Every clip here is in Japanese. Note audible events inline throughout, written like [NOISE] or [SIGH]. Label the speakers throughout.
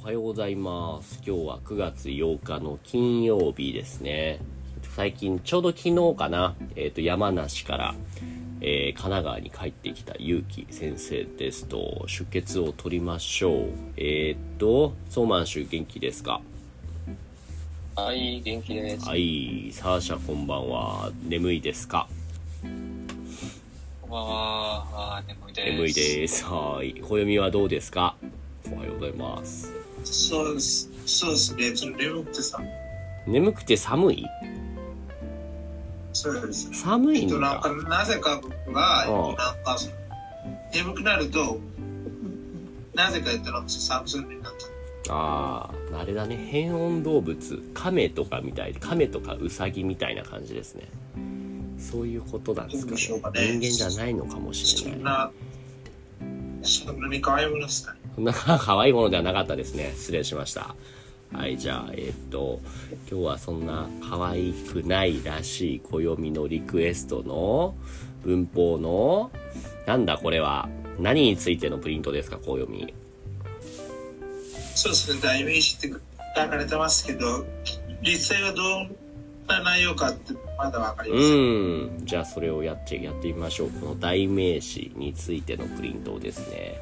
Speaker 1: おはようございます。今日は9月8日の金曜日ですね。最近、ちょうど昨日かな、えっ、と、山梨から、えー神奈川に帰ってきた結城先生ですと、出血を取りましょう。えっ、と、ソーマン州元気ですか
Speaker 2: はい、元気です。
Speaker 1: はい、サーシャこんばんは。眠いですか
Speaker 2: こんばんは。あー眠いです。
Speaker 1: 眠いです。はい。暦はどうですかおはようございます。
Speaker 3: す。そうです。そうですね。ちょっと眠くてさ。
Speaker 1: 眠くて寒い
Speaker 3: そうです。
Speaker 1: 寒
Speaker 3: え
Speaker 1: い
Speaker 3: っと
Speaker 1: の
Speaker 3: なん
Speaker 1: か
Speaker 3: か。なぜか僕がえっ
Speaker 1: うん
Speaker 3: となんかその眠くなるとなぜか言ったら私サムスンになった。
Speaker 1: ああ、あれだね。変温動物。亀とかみたい。亀とかウサギみたいな感じですね。そういうことなんですかね
Speaker 3: そうでしょうか。ね
Speaker 1: 人間じゃないのかもし
Speaker 3: そ
Speaker 1: れ
Speaker 3: ん
Speaker 1: ない。
Speaker 3: なそんなに可愛いものですかね。
Speaker 1: そんな可愛いものではなかったですね。失礼しました。はい、じゃあ、えーっと、今日はそんな可愛くないらしい暦のリクエストの文法の、なんだこれは、何についてのプリントですか、暦。
Speaker 3: そうですね。代名詞って書かれてますけど、実際はどんな内容かってまだわかりません。
Speaker 1: うんじゃあそれをやってやってみましょうこの代名詞についてのプリントですね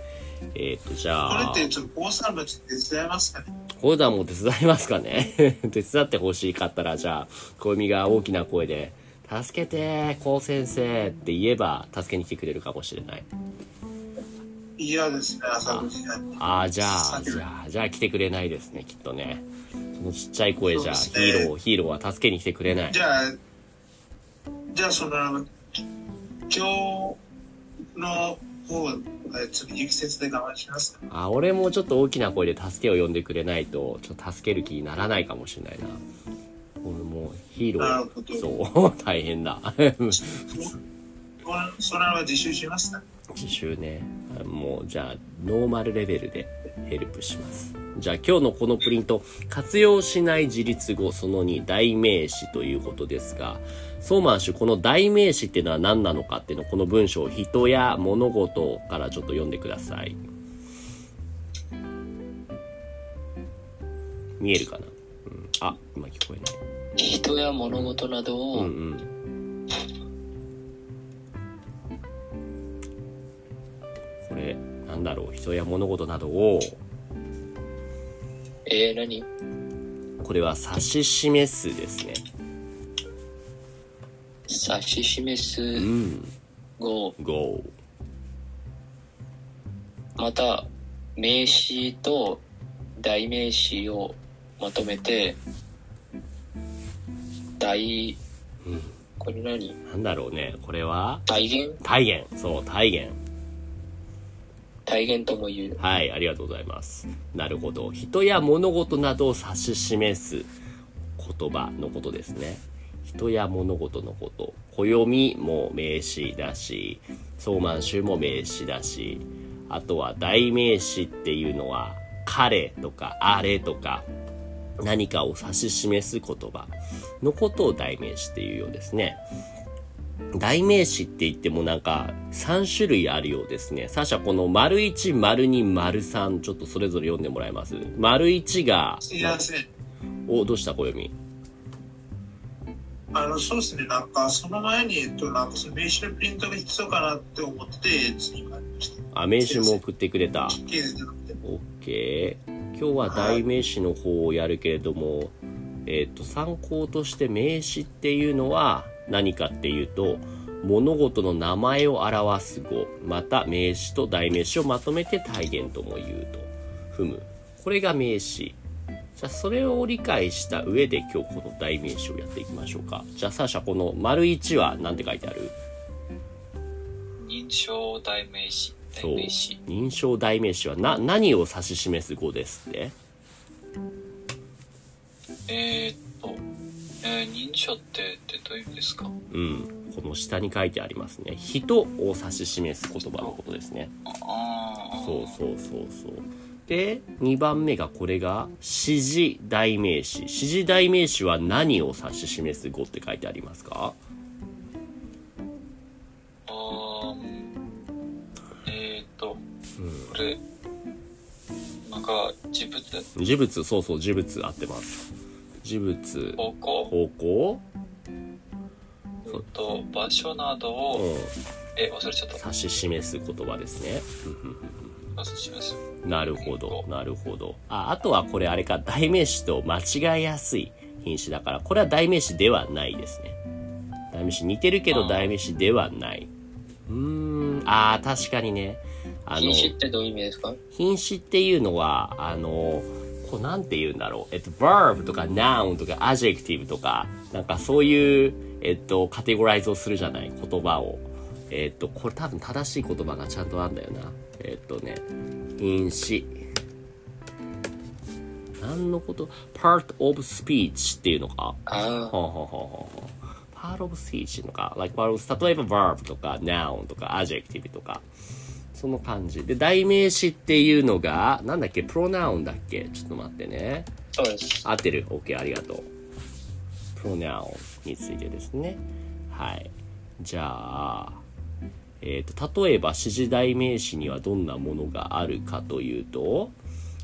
Speaker 1: えっ、とじ
Speaker 3: こ
Speaker 1: ゃあ
Speaker 3: れってちょっと高三物って手伝いますかね。
Speaker 1: これだもう手伝いますかね [LAUGHS] 手伝ってほしかったらじゃあ暦が大きな声で「助けてこう先生」って言えば助けに来てくれるかもしれない
Speaker 3: 嫌ですね。朝5時になって。
Speaker 1: ああじゃあじゃあじゃあ来てくれないですねきっとねそのちっちゃい声じゃ
Speaker 3: そ
Speaker 1: ヒ
Speaker 3: うですね
Speaker 1: ーローヒーローは助けに来てくれない
Speaker 3: じゃあ、じゃあその、あの今日の方、えちょっと適切で我慢します。
Speaker 1: あ俺もちょっと大きな声で助けを呼んでくれないとちょっと助ける気にならないかもしれないな俺もうヒーロ
Speaker 3: なるほ
Speaker 1: ー
Speaker 3: ど
Speaker 1: そう [LAUGHS] 大変だ
Speaker 3: このそのまま自習しますか
Speaker 1: 自習ねもうじゃあノーマルレベルでヘルプしますじゃあ今日のこのプリント活用しない自立語その2代名詞ということですがソーマン氏この代名詞っていうのは何なのかっていうのをこの文章人や物事からちょっと読んでください見えるかな、うん、あ今聞こえ
Speaker 2: 人や物事など
Speaker 1: ないう
Speaker 2: を
Speaker 1: んうんこれなんだろう人や物事などを
Speaker 2: えー、何
Speaker 1: これは指し示すですね。
Speaker 2: 指し示
Speaker 1: う
Speaker 2: す
Speaker 1: ん。
Speaker 2: 語、
Speaker 1: go。
Speaker 2: また名詞と代名詞をまとめて、代、
Speaker 1: うん
Speaker 2: これ何
Speaker 1: なんだろうね。これは
Speaker 2: 体現
Speaker 1: 体現。そう、体現。
Speaker 2: 体現とも言う。
Speaker 1: はい、ありがとうございます。なるほど。人や物事などを指し示す言葉のことですね。人や物事のこと。暦も名詞だし、相満州も名詞だし、あとは代名詞っていうのは、彼とかあれとか、何かを指し示す言葉のことを代名詞っていうようですね。代名詞って言ってもなんか3種類あるようですね。サーシャこの丸1、丸2、丸3ちょっとそれぞれ読んでもらいます。丸1が、
Speaker 3: すいません。
Speaker 1: お、どうした小読み
Speaker 3: あの、そうですね。なんか、その前に、えっと、なんか、その名刺のプリントが必要かなって思ってて、次が
Speaker 1: あ、名詞も送ってくれた。
Speaker 3: 気づいてなくて。
Speaker 1: OK。今日は代名詞の方をやるけれども、えっ、と、参考として名詞っていうのは何かっていうと、物事の名前を表す語、また名詞と代名詞をまとめて体現とも言うと。踏む。これが名詞。じゃあ、それを理解した上で今日この代名詞をやっていきましょうか。じゃあ、サーシャ、この丸1は何て書いてある
Speaker 2: 認証代名詞、
Speaker 1: そう。認証代名詞はな、何を指し示す語ですって
Speaker 2: えー、っと、えー、認証ってってどういう意味ですか
Speaker 1: うん、この下に書いてありますね「人」を指し示す言葉のことですね
Speaker 2: ああ
Speaker 1: そうそうそうそうで2番目がこれが「指示代名詞」「指示代名詞は何を指し示す語って書いてありますか
Speaker 2: あーうんえーっと、これ、なんか事物
Speaker 1: 事物そうそう事物合ってます事物
Speaker 2: 方向
Speaker 1: 方向
Speaker 2: えっと場所など
Speaker 1: う
Speaker 2: を、
Speaker 1: ん
Speaker 2: え忘れちゃった
Speaker 1: 指し示す言葉ですね
Speaker 2: 忘れちゃいます
Speaker 1: なるほどなるほどああとはこれあれか代名詞と間違いやすい品詞だからこれは代名詞ではないですね代名詞似てるけ
Speaker 2: あ
Speaker 1: ど
Speaker 2: ー
Speaker 1: 代名詞ではないうーんあー確かにねあ
Speaker 2: 禁止ってどういう意味ですか
Speaker 1: 品詞っていうのはあのこうなんて言うんだろうえっと verb とか noun とか adjective とかなんかそういうえっとカテゴライズをするじゃない言葉をえっとこれ多分正しい言葉がちゃんとあんだよなえっとね品詞何のこと part of speech っていうのか
Speaker 2: ああ
Speaker 1: ほうほうほうほうほう。パートオブスピーチのか、like, part of- 例えば verb とか noun とか adjective とか、その感じ。で、代名詞っていうのが、なんだっけ、プロナウンだっけちょっと待ってね。
Speaker 2: そうです
Speaker 1: 合ってる ?OK、ありがとう。プロナウンについてですね。はい。じゃあ、えっ、と、例えば、指示代名詞にはどんなものがあるかというと、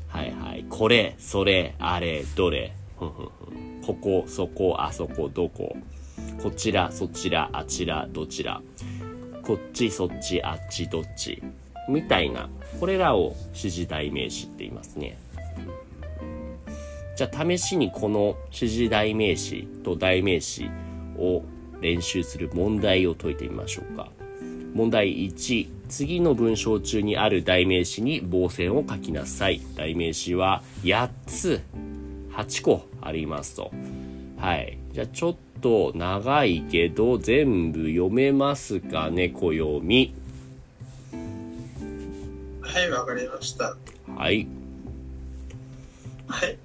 Speaker 1: はいはい、これ、それ、あれ、どれ、ふんふんふんここ、そこ、あそこ、どこ、こちら、そちら、あちら、どちら、こっち、そっち、あっち、どっち、みたいな、これらを指示代名詞って言いますね。じゃあ試しにこの指示代名詞と代名詞を練習する問題を解いてみましょうか。問題1次の文章中にある代名詞に棒線を書きなさい代名詞は8つ8個ありますとはいじゃあちょっと長いけど全部読めますかね暦
Speaker 3: はい、わかりました。
Speaker 1: はい
Speaker 3: はい。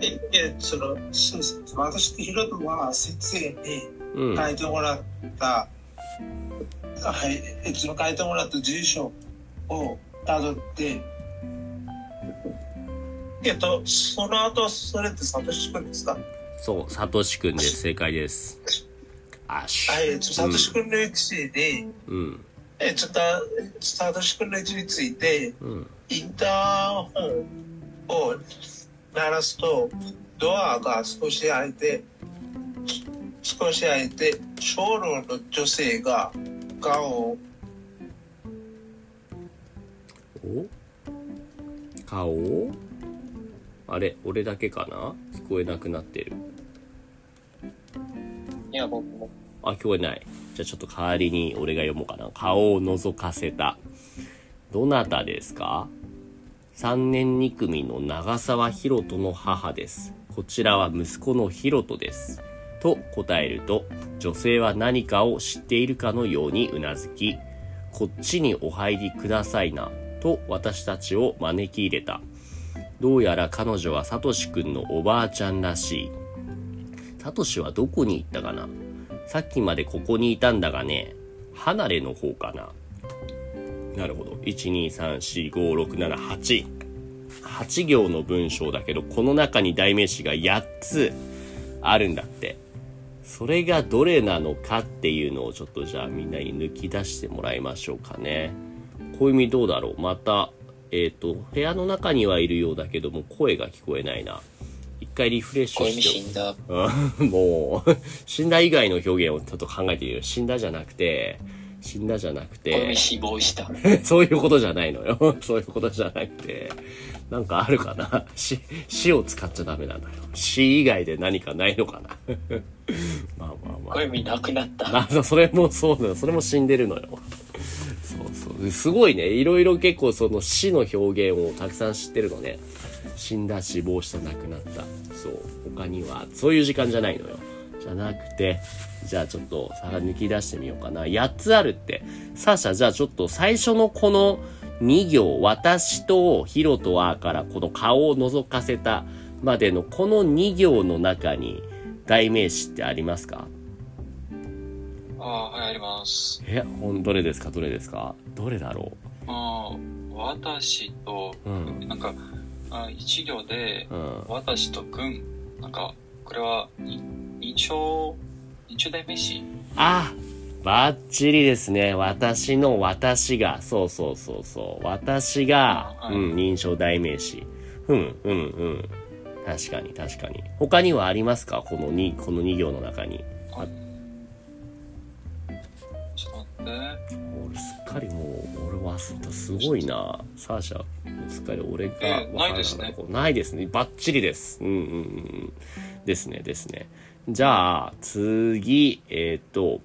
Speaker 3: で、えその、そうです私とヒロトは先生に
Speaker 1: うん
Speaker 3: 書いてもらった、はい、えその書いてもらった住所をたどって、えっと、その後、それってサトシ君ですか
Speaker 1: そうさとしくんです正解ですあし
Speaker 3: はい、えっと、サトシ君のエピソードで、
Speaker 1: うん
Speaker 3: えちょっと、サトシ君の位置について、
Speaker 1: うん
Speaker 3: インターホンを鳴らすと、ドアが少し開いて、少し開いて、小老の女性が顔を、
Speaker 1: お顔あれ俺だけかな聞こえなくなってる
Speaker 2: いや僕も
Speaker 1: あ、聞こえない。じゃあちょっと代わりに俺が読もうかな。顔を覗かせた。どなたですか ?3 年2組の長沢博人の母です。こちらは息子の博人です。と答えると、女性は何かを知っているかのようにうなずき、こっちにお入りくださいな、と私たちを招き入れた。どうやら彼女はサトシくんのおばあちゃんらしい。サトシはどこに行ったかなさっきまでここにいたんだがね、離れの方かな。なるほど。1,2,3,4,5,6,7,8。8行の文章だけど、この中に代名詞が8つあるんだって。それがどれなのかっていうのをちょっとじゃあみんなに抜き出してもらいましょうかね。小みどうだろうまた、えっ、と、部屋の中にはいるようだけども声が聞こえないな。一回リフレッシュ
Speaker 2: 小
Speaker 1: して
Speaker 2: 指死んだ
Speaker 1: うん [LAUGHS] もう、死んだ以外の表現をちょっと考えてみる。死んだじゃなくて、死んだじゃなく
Speaker 2: 小指
Speaker 1: て、
Speaker 2: 死亡した
Speaker 1: [LAUGHS] そういうことじゃないのよ。 [LAUGHS] そういうことじゃなくて、なんかあるかな。 [LAUGHS] 死、死を使っちゃダメなのよ。死以外で何かないの [LAUGHS] かな。まあまあまあ
Speaker 2: 小。指なくなった
Speaker 1: あそうそれもそうなのそれも死んでるのよそうそうすごいねいろいろ結構その死の表現をたくさん知ってるのね死んだ死亡した亡くなったそう他にはそういう時間じゃないのよじゃなくてじゃあちょっと皿抜き出してみようかな8つあるってサーシャじゃあちょっと最初のこの2行私とヒロとアーからこの顔を覗かせたまでのこの2行の中に代名詞ってありますか
Speaker 2: ああはいあります
Speaker 1: え、ほん、どれですかどれですかどれだろ
Speaker 2: ああ私と
Speaker 1: ううん。
Speaker 2: なんかあ一行で
Speaker 1: うん。
Speaker 2: 私と君なんかこれはに認証認証代名詞
Speaker 1: あバッチリですね。私の私が、そうそうそうそう。私が、
Speaker 2: はい
Speaker 1: うん、認証代名詞。うん、うん、うん。確かに、確かに。他にはありますかこの2、この2行の中に。あ
Speaker 2: ちょっと待って。
Speaker 1: 俺すっかりもう、俺は、すごいな。サーシャ、すっかり俺が
Speaker 2: えないですね
Speaker 1: わからなかったないですね。バッチリです。うん、うん、うん。ですね、ですね。じゃあ、次、えっ、と、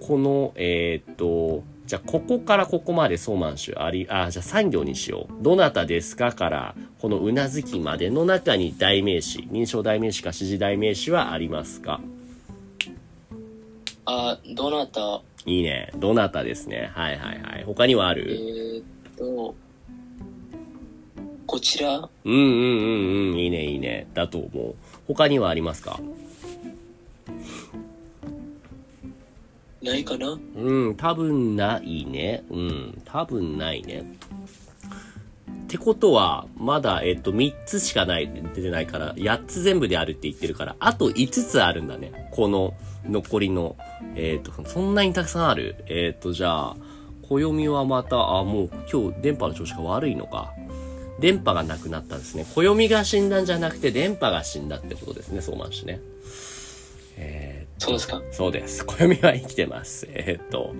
Speaker 1: この、えーっと、じゃあ、ここからここまで相満州あり、あ、じゃあ産業にしよう。どなたですかから、このうなずきまでの中に代名詞、認証代名詞か指示代名詞はありますか
Speaker 2: あ、どなた、
Speaker 1: いいね。どなたですね。はいはいはい。他にはあ
Speaker 2: え
Speaker 1: る
Speaker 2: ー、っと、こちら、
Speaker 1: うんうんうんうん。いいねいいね。だと思う。他にはありますか
Speaker 2: ないかな
Speaker 1: うん、多分ないね。うん、多分ないね。ってことは、まだ、えっと、3つしかない、出てないから、8つ全部であるって言ってるから、あと5つあるんだね。この、残りの。えっと、そんなにたくさんある。えっと、じゃあ、暦はまた、あ、もう今日電波の調子が悪いのか。電波がなくなったんですね。暦が死んだんじゃなくて、電波が死んだってことですね、そうなんしね。えーっと
Speaker 2: そうですか
Speaker 1: そうです。暦は生きてます。 [LAUGHS] えーっと。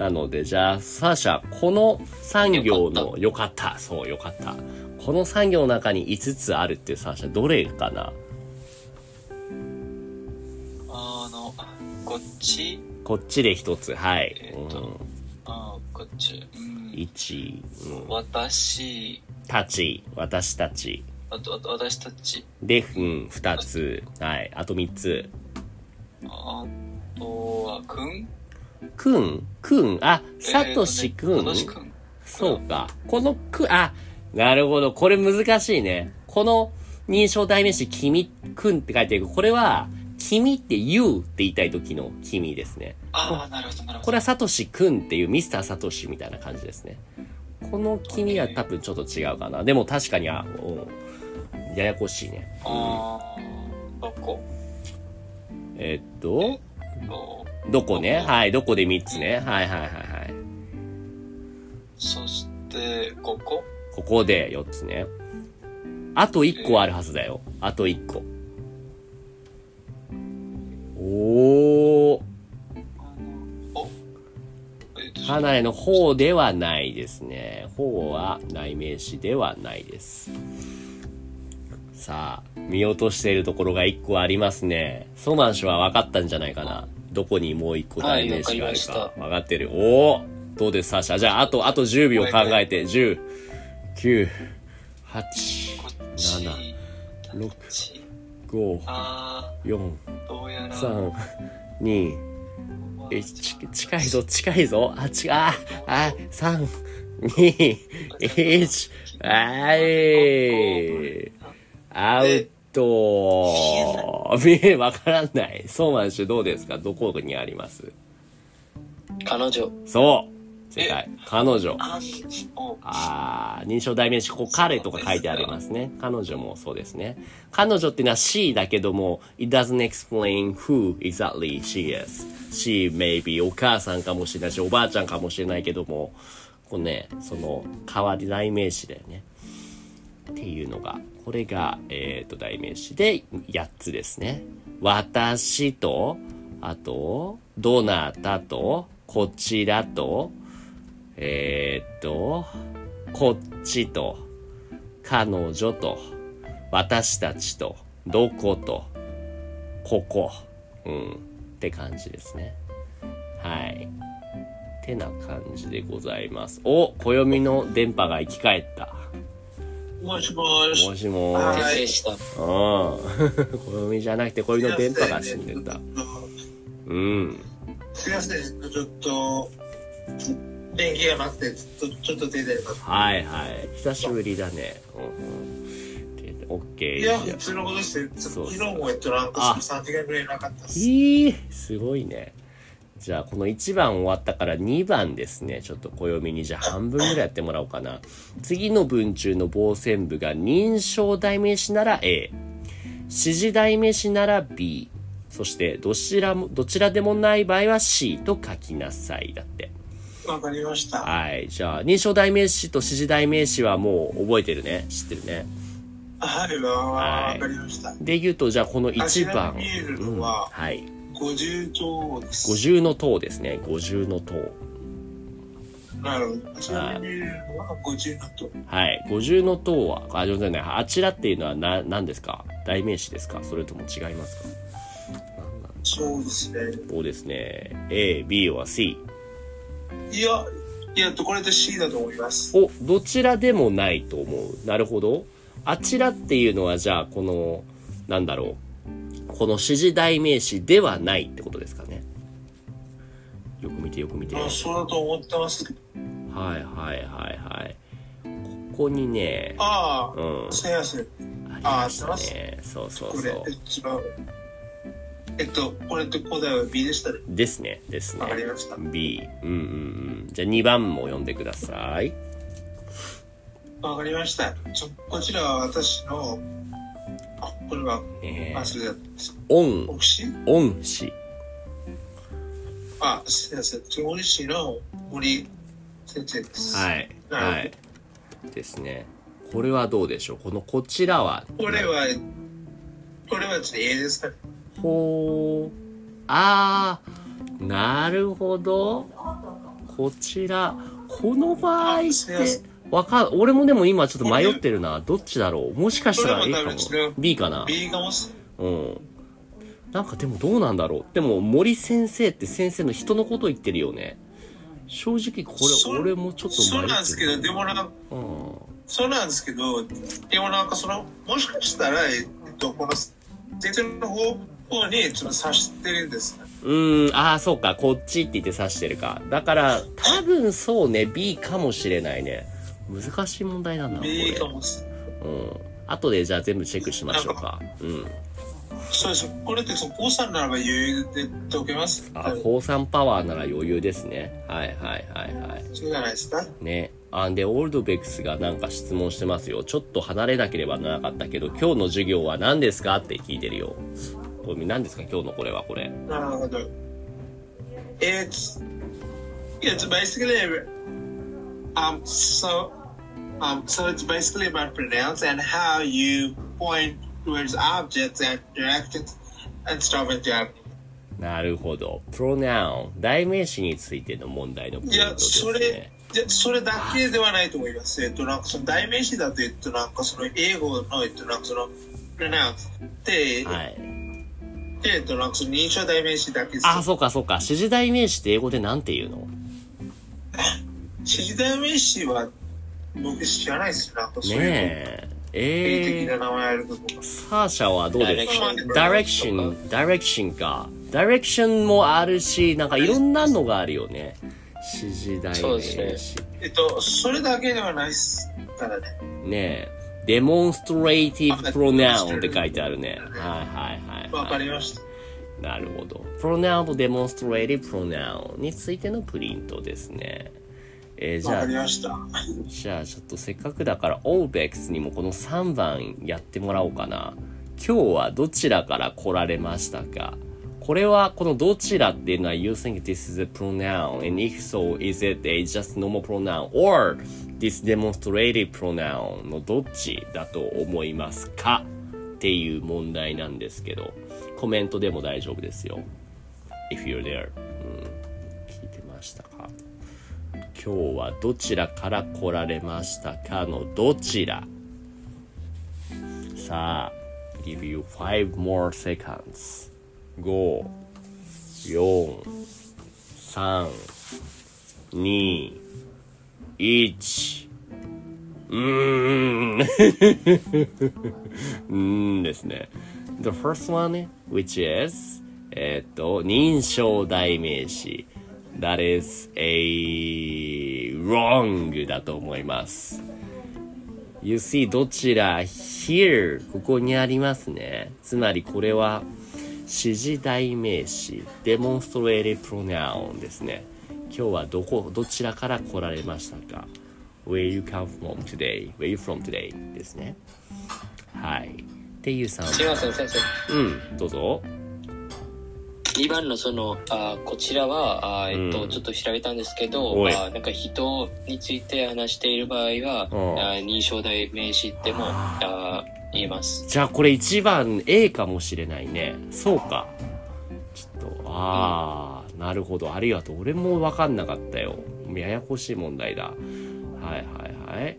Speaker 1: なので、じゃあ、サーシャ、この産業の、よかった。そう、よかった。この産業の中に5つあるってサーシャ、どれかな
Speaker 2: あの、こっち
Speaker 1: こっちで1つ。はい。
Speaker 2: えーっとあこっち。うん
Speaker 1: うん、1、うん、
Speaker 2: 私、
Speaker 1: たち、私たち。
Speaker 2: あと、あと、私たち。
Speaker 1: で、うん、2つ。はい。あと3つ。
Speaker 2: あとは、くん
Speaker 1: くんくんあ、さとしく
Speaker 2: えーとね
Speaker 1: ん
Speaker 2: さとしくん。
Speaker 1: そうか。このく、あ、なるほど。これ難しいね。この認証代名詞、君、くんって書いてあるけどこれは、君って you って言いたい時の君ですね。
Speaker 2: ああ、なるほど、なるほど。
Speaker 1: これはサトシくんっていうミスターサトシみたいな感じですね。この君は多分ちょっと違うかな。でも確かに、あ、うんややこしいね。
Speaker 2: あーどこ
Speaker 1: えっと、
Speaker 2: と
Speaker 1: どこねはい、どこで3つね。はいはいはいはい。
Speaker 2: そして、ここ
Speaker 1: ここで4つね。あと1個あるはずだよ。あと1個。おー。
Speaker 2: あのおえっと
Speaker 1: 花江の方ではないですね。方は代名詞ではないです。さあ、見落としているところが1個ありますね。ソマン氏は分かったんじゃないかな。どこにもう1個代名詞があるか。
Speaker 2: はいわか
Speaker 1: 分かってる。おーどうです、サーシャ。じゃあ、あと、あと10秒考えて。10、9、8、
Speaker 2: こっち
Speaker 1: 7、六
Speaker 2: こっち
Speaker 1: 5、
Speaker 2: あ
Speaker 1: 4、
Speaker 2: ーどうやら
Speaker 1: 3、2、えち近いぞ、近いぞ。あ、違う。あ、あ、3、2、1、あい。アウト。見え、わからない。そうなんですよどうですかどこにあります
Speaker 2: 彼女
Speaker 1: そう。正解。彼女。
Speaker 2: あんお
Speaker 1: ああ、認証代名詞、ここ彼とか書いてありますね。彼女もそうですね。彼女っていうのは she だけども、it doesn't explain who exactly she is. she maybe お母さんかもしれないし、おばあちゃんかもしれないけども、こうね、その、代わり代名詞だよね。っていうのが、これが、えっ、と、代名詞で8つですね。私と、あと、どなたと、こちらと、えーっと、こっちと、彼女と、私たちと、どこと、ここ、うん、って感じですね。はい。てな感じでございます。お、暦の電波が生き返った。
Speaker 3: もしもし
Speaker 1: も。しも
Speaker 3: は
Speaker 1: ー
Speaker 3: い
Speaker 1: し。
Speaker 2: 先生した
Speaker 1: うん。 [LAUGHS] 暦じゃなくて暦の電波が死んでた。うん。
Speaker 3: すいません、ちょっと、電気がなくて、ちょっとちょっと出てます。
Speaker 1: はいはい。久しぶりだね。うんうん。でオッケー。
Speaker 3: いや、普通のことして、ち
Speaker 1: そ
Speaker 3: ょっ
Speaker 1: うそう
Speaker 3: と昨日もえっと、なんか3時間ぐらいなかったっす。
Speaker 1: えー、すごいね。じゃあ、この1番終わったから2番ですね。ちょっと暦にじゃあ半分ぐらいやってもらおうかな。次の文中の傍線部が認証代名詞なら A。指示代名詞なら B。そして、どちらも、どちらでもない場合は C と書きなさい。だって。
Speaker 3: わかりました。
Speaker 1: はい。じゃあ、認証代名詞と指示代名詞はもう覚えてるね。知ってるね。
Speaker 3: はい、わかりました。
Speaker 1: で言うと、じゃあこの1番。
Speaker 3: 見える
Speaker 1: う
Speaker 3: の
Speaker 1: ん、
Speaker 3: は
Speaker 1: はい。
Speaker 3: 五十頭です。
Speaker 1: 五重の塔ですね。五重の塔。
Speaker 3: なるほど。ちなみに見えるのは五十頭。
Speaker 1: はい。五重の塔は、あ、じゃない。あちらっていうのはな、何ですか代名詞ですかそれとも違いますか
Speaker 3: そうですね。
Speaker 1: そうですね。A、B は C。
Speaker 3: いや、いや、これで C だと思います。
Speaker 1: お、どちらでもないと思う。なるほど。あちらっていうのは、じゃあ、この、なんだろう。この指示代名詞ではないってことですかね。よく見て、よく見て。
Speaker 3: あそうだと思ってますけど。
Speaker 1: はいはいはいはい。ここにね、
Speaker 3: あ
Speaker 1: う
Speaker 3: あ、
Speaker 1: ん、
Speaker 3: すいません。
Speaker 1: ありましたね。そうそう
Speaker 3: こ
Speaker 1: そ
Speaker 3: れ
Speaker 1: う。
Speaker 3: 一番。えっと、これって答えは B でしたね。
Speaker 1: ですね、ですね
Speaker 3: わ。かりました。
Speaker 1: B。うんうんうん。じゃあ2番も読んでください。
Speaker 3: わかりました。ちょこちらは私の、あ、これは、
Speaker 1: ね
Speaker 3: あ、それだ。
Speaker 1: オン、
Speaker 3: オキシ
Speaker 1: オン氏。
Speaker 3: あ、すいません。調理師の森先生です。
Speaker 1: はい。
Speaker 3: なるほど
Speaker 1: はい。ですね。これはどうでしょうこのこちらは、
Speaker 3: これは、これはちょっと A ですかね。
Speaker 1: ほう。あー、なるほど。こちら。この場合っ
Speaker 3: すいませ
Speaker 1: て、わか、俺もでも今ちょっと迷ってるな。どっちだろうもしかしたら
Speaker 3: こ
Speaker 1: A
Speaker 3: れは
Speaker 1: か
Speaker 3: 多分
Speaker 1: も
Speaker 3: 違う。
Speaker 1: B かな。
Speaker 3: B がもし、
Speaker 1: うん。なんかでもどうなんだろう。でも森先生って先生の人のこと言ってるよね。正直こ
Speaker 3: そ
Speaker 1: れ俺もちょっと
Speaker 3: そうなんですけど、
Speaker 1: で
Speaker 3: でもなんか、そうなんですけど、でもなんかその、もしかしたら、えっと、この、全然の方向にちょっと指してるんですね。
Speaker 1: うん。うん、ああ、そうか、こっちって言って指してるか。だから、多分そうね、B かもしれないね。難しい問題なんだな、これ
Speaker 3: B か。もしれない。
Speaker 1: うん。後でじゃあ全部チェックしましょうか。うん。
Speaker 3: そうです。これって、その、高さんならば余裕で解けます。
Speaker 1: あ、
Speaker 3: 違
Speaker 1: 高3パワーなら余裕ですね。はいはいはいはい。
Speaker 3: うじゃないですか。
Speaker 1: ね。あんで、オールドベックスがなんか質問してますよ。ちょっと離れなければならなかったけど、今日の授業は何ですかって聞いてるよ。これ何ですか今日のこれはこれ。
Speaker 3: なるほど。It's it's basically um so um so it's basically about pronouns and how you point towards objects and directions and stuff like that.
Speaker 1: なるほど。プロナウン、代名詞についての問題のポイン
Speaker 3: い
Speaker 1: ト
Speaker 3: や、
Speaker 1: で
Speaker 3: そ
Speaker 1: す
Speaker 3: れ
Speaker 1: ね。、
Speaker 3: いやそれだけではないと思います。えっと、なんかその代名詞だと、えっと、なんかその英語の、えっと、なんかその、pronouns で、
Speaker 1: はい。
Speaker 3: で、えっと、なんかその認証代名詞だけです。
Speaker 1: あ、そうかそうか。指示代名詞って英語でなんて言うの
Speaker 3: 指示代名詞は僕知らないですよ。なんかそういうの。
Speaker 1: ね
Speaker 3: 定
Speaker 1: え。えー
Speaker 3: 的な。名前あると思います。
Speaker 1: サーシャはどうですかダ
Speaker 3: ダ
Speaker 1: イ
Speaker 3: イ
Speaker 1: レ
Speaker 3: レ
Speaker 1: ク
Speaker 3: ク
Speaker 1: シ
Speaker 3: シ
Speaker 1: ョ
Speaker 3: ョ
Speaker 1: ン、ダイレクションか。ダイレクションもあるし、なんかいろんなのがあるよね。指示代
Speaker 2: そう
Speaker 1: 名
Speaker 2: で
Speaker 1: 詞。
Speaker 3: えっと、それだけではないですからね。
Speaker 1: ねえ。デモンストレイティブ
Speaker 3: あ
Speaker 1: プロナウンって書いてあるね。はいはい
Speaker 3: わ
Speaker 1: はい、
Speaker 3: か
Speaker 1: は
Speaker 3: りました。
Speaker 1: い。なるほど。プロナウンとデモンストレイティブプロナウンについてのプリントですね。えーじ
Speaker 3: わ
Speaker 1: ゃ
Speaker 3: か
Speaker 1: あ
Speaker 3: り、ました。
Speaker 1: じゃあちょっとせっかくだからオーベックスにもこの3番やってもらおうかな。今日はどちらから来られましたかこれはこのどちらっていうのは You think this is a pronoun and if so is it a just normal pronoun or this demonstrative pronoun のどっちだと思いますかっていう問題なんですけどコメントでも大丈夫ですよ If you're there、うん、聞いてましたか今日はどちらから来られましたかのどちらさあ give you five more seconds 5 4 3 2 1う [LAUGHS] ーんうーんですね The first one which is えーっと認証代名詞 That is a wrong だと思います。You see どちら here ここにありますね。つまりこれは指示代名詞 demonstrated pronoun ですね。今日はどこどちらから来られましたか ?Where you come from today? Where you from today? ですね。はい。っていうさん。
Speaker 2: すいません、先生。
Speaker 1: うん、どうぞ。
Speaker 2: 2番のそのあーこちらはあー、えっと
Speaker 1: うん
Speaker 2: ちょっと調べたんですけど
Speaker 1: おい
Speaker 2: あーなんか人について話している場合は、
Speaker 1: うん
Speaker 2: あー認証代名詞でもあー言えます
Speaker 1: じゃあこれ1番 A かもしれないね。そうか。ちょっと、ああ、なるほど。ありがとう。俺もわかんなかったよ。ややこしい問題だ。はいはいはい。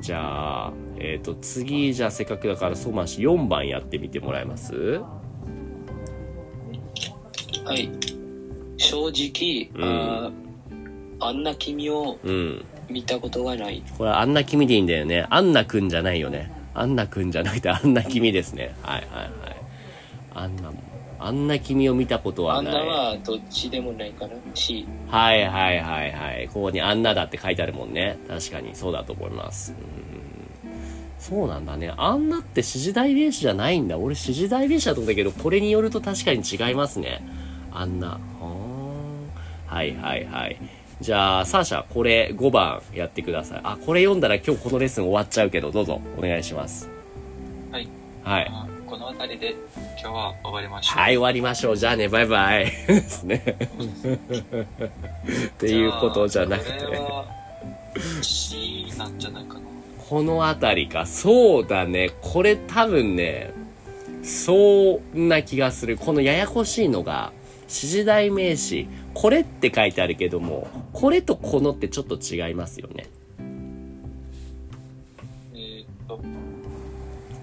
Speaker 1: じゃあ、えっ、と、次、じゃあせっかくだから、ソマン氏4番やってみてもらえます
Speaker 2: はい正直、あーあんな君を
Speaker 1: うん。
Speaker 2: 見たことがない
Speaker 1: これ、あんな君でいいんだよね。あんなくんじゃないよね。あんなくんじゃなくて、あんな君ですね。はいはいはい。あんな、あんな君を見たこと
Speaker 2: あ
Speaker 1: は
Speaker 2: ん
Speaker 1: ない。
Speaker 2: なはどっちでもないかなし
Speaker 1: はいはいはいはい。ここにあんなだって書いてあるもんね。確かにそうだと思います。うんそうなんだね。あんなって指示代名詞じゃないんだ。俺指示代名詞だと思ったけど、これによると確かに違いますね。あんな。ほーんはいはいはい。じゃあ、サーシャ、これ5番やってください。あ、これ読んだら今日このレッスン終わっちゃうけど、どうぞお願いします。
Speaker 4: はい。
Speaker 1: はい。
Speaker 4: まあこの辺りで今日は終わりましょう。
Speaker 1: はい、終わりましょう。じゃあね、バイバイ。ですね。 [LAUGHS] っていうことじゃなく
Speaker 4: こ
Speaker 1: て。
Speaker 2: [LAUGHS]
Speaker 4: れは C なんじゃないかな。
Speaker 1: この辺りか。そうだね。これ多分ね、そんな気がする。このややこしいのが、指示代名詞。これって書いてあるけども、これとこのってちょっと違いますよね。
Speaker 4: えーっと、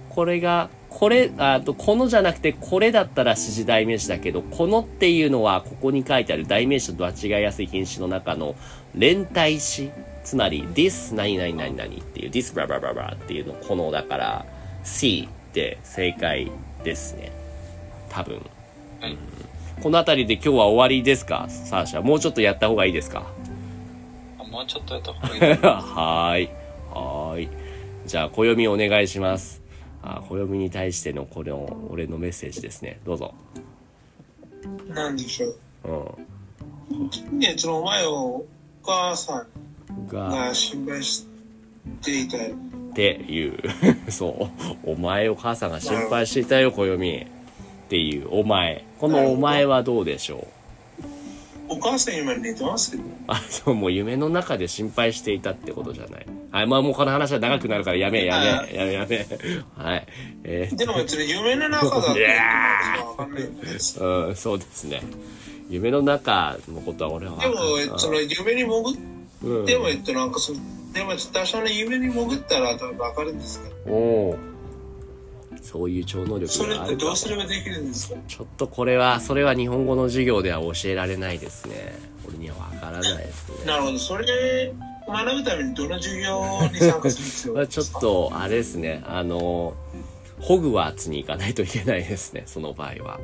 Speaker 1: これが、これ、ああと、このじゃなくて、これだったら指示代名詞だけど、このっていうのは、ここに書いてある代名詞と間違いやすい品詞の中の、連帯詞。つまり、this 何々何々っていう、this バラバラバラっていうの、このだから、C って正解ですね。多分。
Speaker 4: はい。
Speaker 1: この辺りで今日は終わりですかサーシャ。もうちょっとやった方がいいですか
Speaker 4: あもうちょっとやった方がいいな。
Speaker 1: [LAUGHS] はーい。はーい。じゃあ、暦お願いします。あ、暦に対してのこれの、俺のメッセージですね。どうぞ。
Speaker 3: なんでしょう。
Speaker 1: う
Speaker 3: 近月の前をお母さ
Speaker 1: ん。
Speaker 3: ん
Speaker 1: が、
Speaker 3: が心配していたよ。
Speaker 1: っていう。 [LAUGHS] そう。お前、お母さんが心配していたよ、暦。っていう、お前。このお前はどうでしょう
Speaker 3: お母さん今寝てますけど。
Speaker 1: あ、そう、もう夢の中で心配していたってことじゃない。はい、まあもうこの話は長くなるからやめ、やめ、やめ、やめ。はい。えー
Speaker 3: でも別に夢の中だって言ってもわかんないんです。
Speaker 1: うん、そうですね。夢の中のことは俺は。
Speaker 3: でも、その夢に潜っ
Speaker 1: うん
Speaker 3: でも、えっと、なんかその、でも、多少の夢に潜ったら、多分わかるんですけど、
Speaker 1: おおそういう超能
Speaker 3: そ
Speaker 1: 力
Speaker 3: れ
Speaker 1: が
Speaker 3: っ
Speaker 1: あ
Speaker 3: て
Speaker 1: る
Speaker 3: どうすればできるんですか
Speaker 1: ちょっとこれはそれは日本語の授業では教えられないですね俺にはわからないですね
Speaker 3: なるほど。それ、学ぶためにどの授業に参加する必要
Speaker 1: まあ
Speaker 3: がある
Speaker 1: [LAUGHS]
Speaker 3: ん
Speaker 1: ちょ
Speaker 3: です
Speaker 1: っ
Speaker 3: か
Speaker 1: とあれですねあのホグワーツに行かないといけないですねその場合は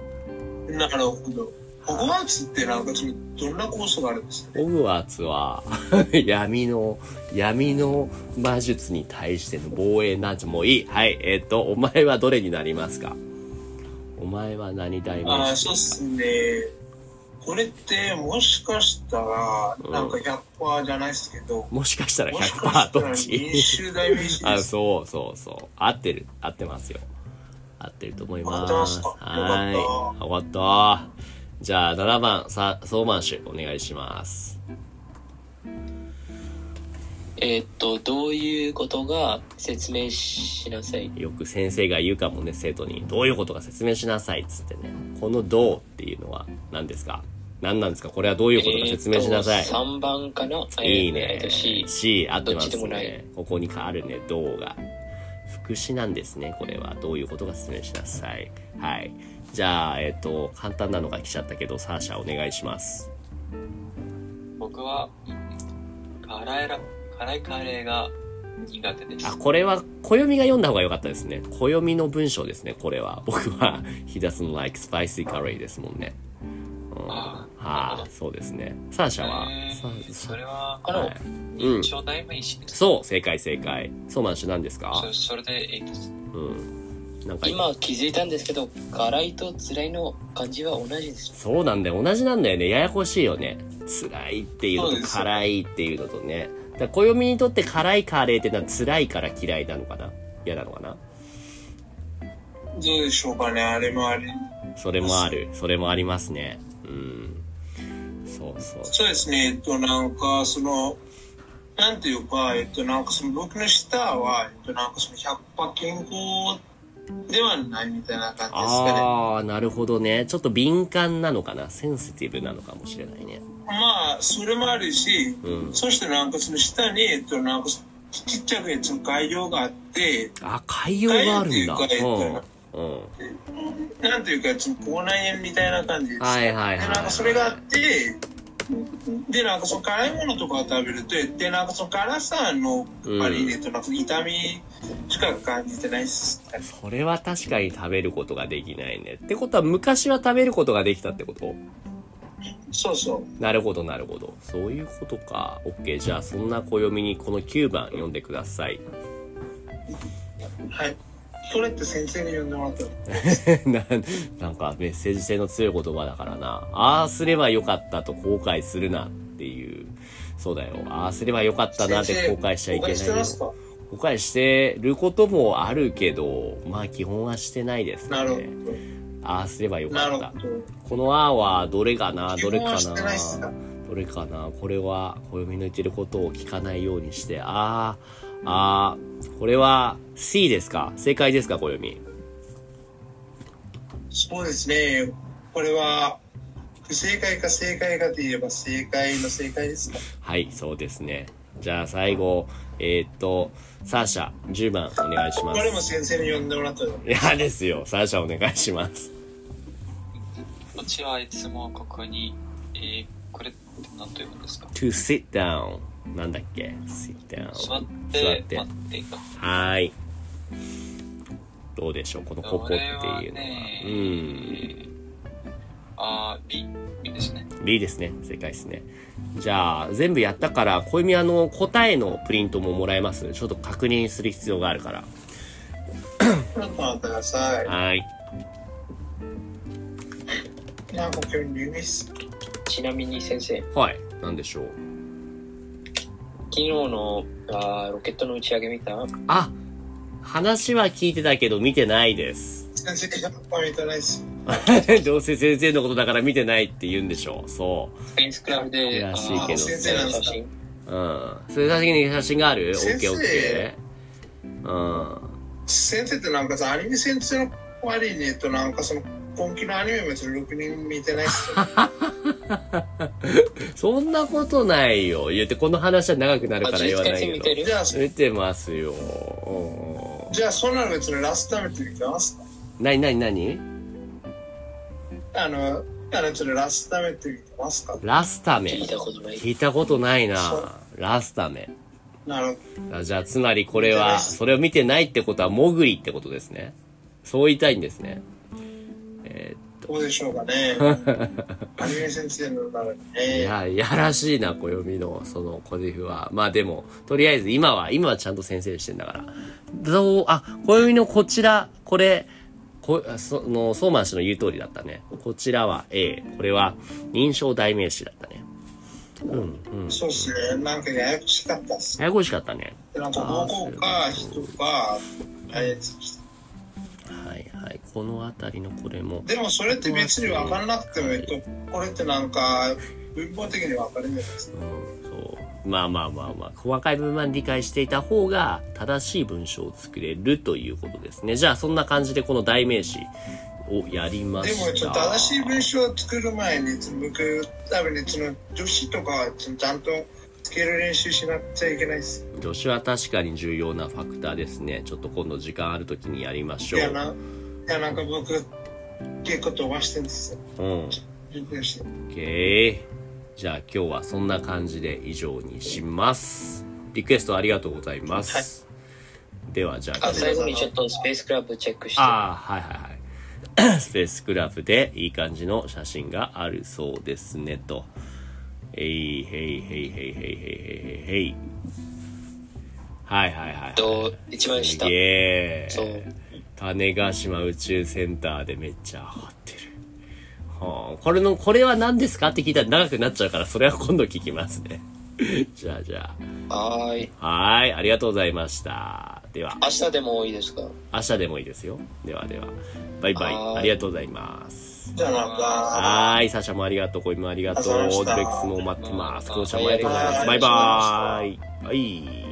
Speaker 3: なるほど。ホグワーツってなんかちょっとどんなコースがあるんですか
Speaker 1: ホグワーツは [LAUGHS] 闇の闇の魔術に対しての防衛なんてもういいはいえっ、とお前はどれになりますかお前は何代名
Speaker 3: ああ、
Speaker 1: 詞
Speaker 3: そうっすね。これってもしかしたら、なんか100%じゃないですけど、
Speaker 1: もしかしたら
Speaker 3: もしかし
Speaker 1: 100%
Speaker 3: た
Speaker 1: どっ
Speaker 3: ら民
Speaker 1: ち
Speaker 3: 衆代名詞で
Speaker 1: あ、
Speaker 3: す。
Speaker 1: そうそうそう。合ってる。合ってますよ。合ってると思いま。
Speaker 3: 合ってますすか
Speaker 1: は
Speaker 3: よ
Speaker 1: ーい。終わった。じゃあ、7番、さ、ソーマンシュ、お願いします。
Speaker 2: えーっとどういうことが説明しなさい
Speaker 1: よく先生が言うかもね、生徒に。どういうことか説明しなさい、つってね。このどうっていうのは何ですか何なんですかこれはどういうことか説明しなさい。
Speaker 2: 3番かな。えー
Speaker 1: いい
Speaker 2: えー
Speaker 1: ね
Speaker 2: っと。C
Speaker 1: C、合ってま
Speaker 2: どっ
Speaker 1: す
Speaker 2: ちでもない
Speaker 1: ね。ここにあるね、どうが。副詞なんですね、これは。どういうことか説明しなさい。はい。じゃあ、えっ、と、簡単なのが来ちゃったけど、サーシャお願いします。
Speaker 4: 僕は辛いら辛いカレーが苦手です。
Speaker 1: あ、これは、暦が読んだ方が良かったですね。暦の文章ですね、これは。 [LAUGHS] 僕は、he doesn't like spicy curry ですもんね。うん、は
Speaker 4: あ
Speaker 1: あ、そうですね。サーシャは、
Speaker 4: え
Speaker 1: サー
Speaker 4: ー
Speaker 1: サ
Speaker 4: そ
Speaker 1: ー
Speaker 4: れは
Speaker 2: あの
Speaker 1: はいうん
Speaker 4: 認証代名詞です。
Speaker 1: そう、正解正解。そうなんし何ですか
Speaker 4: そそれで、えーっと
Speaker 1: うん。なんか
Speaker 2: 今気づいたんですけど辛いと辛いの漢字は同じです
Speaker 1: そうなんだよ同じなんだよねややこしいよね辛いっていうの
Speaker 3: そう
Speaker 1: と
Speaker 3: です
Speaker 1: 辛いっていうのとねだから暦にとって辛いカレーってのは辛いから嫌いなのかな嫌なのかな
Speaker 3: どうでしょうかね、あれもあれ。
Speaker 1: それもある。それもありますね。うん。そうそう。
Speaker 3: そうですね、えっと、なんか、その、なんていうか、えっと、なんかその僕の下は、えっと、なんかその100%健康ではないみたいな感じですかね。
Speaker 1: ああ、なるほどね。ちょっと敏感なのかな。センシティブなのかもしれないね。
Speaker 3: まあ、それもあるし、
Speaker 1: うん
Speaker 3: そしてなんかその下に、えっと、なんかそのちっちゃくえっと概要があって、
Speaker 1: あ、海洋があるんだ。
Speaker 3: 海洋っていうか
Speaker 1: うん。うん。
Speaker 3: なんていうか、その口内炎みたいな感じです。
Speaker 1: はいはい
Speaker 3: で、なん
Speaker 1: は
Speaker 3: か
Speaker 1: い。
Speaker 3: それがあって、で、なんかその辛いものとかを食べると、で、なんかその辛さの、やっぱりね、えっとなんか痛みしか感じてないっす。
Speaker 1: それは確かに食べることができないね。ってことは昔は食べることができたってこと
Speaker 3: そうそう。
Speaker 1: なるほどなるほど。そういうことか。OK。じゃあそんな暦にこの9番読んでください。 [LAUGHS]
Speaker 3: はい。それって先生に呼んでもらったの
Speaker 1: ななんかメッセージ性の強い言葉だからな。ああすればよかったと後悔するなっていう。そうだよ。ああすればよかったなって後悔しちゃいけない
Speaker 3: 先生後悔して
Speaker 1: よ
Speaker 3: ま。すか
Speaker 1: 後悔してることもあるけど、まあ基本はしてないですね。
Speaker 3: なるほ
Speaker 1: ああすればよ
Speaker 3: ど。な
Speaker 1: か
Speaker 3: る
Speaker 1: った
Speaker 3: ほ。ど。
Speaker 1: このあはどれかな
Speaker 3: 基
Speaker 1: どれ
Speaker 3: 本
Speaker 1: か
Speaker 3: は
Speaker 1: な
Speaker 3: してないっすか
Speaker 1: どれかなこれは暦の言ってることを聞かないようにして、あー、あー、これは C ですか正解ですか暦。
Speaker 3: そうですね。これは、不正解か正解かと言えば正解の正解ですか
Speaker 1: はい、そうですね。じゃあ最後、えーっと、サーシャ、10番お願いしま
Speaker 3: こ
Speaker 1: す。
Speaker 3: れも先生に呼んでもらったの。
Speaker 1: いやですよ、サーシャお願いします。
Speaker 4: こちらはいつもここに、えー、これって何というんですか
Speaker 1: to sit down. なんだっけ ?sit down.
Speaker 4: 座
Speaker 1: 座
Speaker 4: っ
Speaker 1: ってて
Speaker 4: 待っていた。
Speaker 1: はーい。どうでしょうこのここっていうのは。
Speaker 4: これね
Speaker 1: うん。
Speaker 4: あー、B、B ですね。
Speaker 1: いいですね。正解ですね。じゃあ、全部やったから、小弓あの、答えのプリントももらえますちょっと確認する必要があるから。
Speaker 3: ちょっと待ってくださ
Speaker 1: はーい。
Speaker 3: い。なんか今日夢っす。
Speaker 2: ちなみに先生、
Speaker 1: はい。なんでしょう。
Speaker 2: 昨日のあーロケットの打ち上げ見た
Speaker 1: あ話は聞いてたけど見てないです。 [LAUGHS]
Speaker 3: 先生がパ見てないっす。
Speaker 1: どうせ先生のことだから見てないって言うんでしょう。そ
Speaker 2: フェンスクラブで、
Speaker 1: 悔
Speaker 2: あ
Speaker 1: しいけど
Speaker 2: ー
Speaker 1: 先
Speaker 3: 生なんです
Speaker 2: 写
Speaker 3: か
Speaker 2: 真
Speaker 1: う。うん。それ写真に写真があるオッ
Speaker 3: 先
Speaker 1: ケ
Speaker 3: 生
Speaker 1: ーオッケー。うん。
Speaker 3: 先生ってなんかさ、アニメ先生の割に、えっと、なんかその、今期のアニメも6人見てないっすよ。
Speaker 1: そんなことないよ。言って、この話は長くなるから言わない
Speaker 2: 見て
Speaker 1: け
Speaker 2: る
Speaker 3: じゃあ、そ
Speaker 1: ど。見てますよ。うん
Speaker 3: じゃあ、そんなの別にラスト見てみてますか
Speaker 1: なになになに
Speaker 3: あの、あの、ちょっとラスト見てみてますか
Speaker 1: ラスタメ。
Speaker 2: 聞いたことない
Speaker 1: 聞いたことない
Speaker 3: そう
Speaker 1: な。ラスタメ。
Speaker 3: なるほど。
Speaker 1: あじゃあ、つまりこれ
Speaker 3: 見てない
Speaker 1: は、
Speaker 3: っす
Speaker 1: それを見てないってことは、モグリってことですね。そう言いたいんですね。
Speaker 3: どうでしょうかね。アニメ先生の中に
Speaker 1: い
Speaker 3: ね。
Speaker 1: や、いやらしいな、暦の、その、小手フは。まあでも、とりあえず、今は、今はちゃんと先生してんだから。どう、あ、暦のこちら、これ、こあその、相馬氏の言う通りだったね。こちらは A。これは、認証代名詞だったね。
Speaker 3: そうっすね。なんかややこしかったっす。
Speaker 1: ややこしかったね。
Speaker 3: なんか、どこか、人か、あれ
Speaker 1: はいはい。このあたりのこれも。
Speaker 3: でもそれって別に分からなくても、えっと、これってなんか、文法的に分かるんじゃないですか。
Speaker 1: うん、そう。まあまあまあまあ、細かい部分まで理解していた方が正しい文章を作れるということですね。じゃあそんな感じでこの代名詞をやりま
Speaker 3: で
Speaker 1: した。
Speaker 3: も、ちょっと正しい文章を作る前に、僕、多分ね、その、女子とかは、ちゃんとつける練習しなくちゃいけないっす。
Speaker 1: 助手は確かに重要なファクターですね。ちょっと今度時間ある時にやりまし
Speaker 3: い
Speaker 1: ょ
Speaker 3: や、
Speaker 1: う。
Speaker 3: な、いや、なんか僕、結構飛ばしてるんですよ。
Speaker 1: うん。
Speaker 3: 準備して。
Speaker 1: OK。じゃあ今日はそんな感じで以上にします。リクエストありがとうございます。ではじゃあ
Speaker 2: あ最後にちょっとスペースクラブチェックして
Speaker 1: ああ、はいはいはい。 [CLEARS THROAT] スペースクラブでいい感じの写真があるそうですねと。へいへいへいへいへいへいへいへいへい。はいはいはいはい。
Speaker 2: と一番
Speaker 1: すげ
Speaker 2: 下
Speaker 1: え。
Speaker 2: そう
Speaker 1: 種子島宇宙センターでめっちゃ上がってる。はあ、これの、これは何ですかって聞いたら長くなっちゃうから、それは今度 [LAUGHS] 聞きますね。じゃあじゃ
Speaker 2: はーい
Speaker 1: あ。はーい、ありがとうございました。では
Speaker 2: 明日でも多いですか
Speaker 1: 明日でもいいですよではではバイバイ
Speaker 2: はーい
Speaker 1: ありがとうございます
Speaker 3: じゃあなんか、
Speaker 1: はーいサシャもありがとうコイもありがとう
Speaker 3: ありがとうご
Speaker 1: ベ
Speaker 3: ざいました
Speaker 1: ックスも待ってますクロちゃんもあ
Speaker 2: はい
Speaker 1: りがとうございます
Speaker 3: あ
Speaker 1: バイ
Speaker 3: りがとうござ
Speaker 1: バーイはい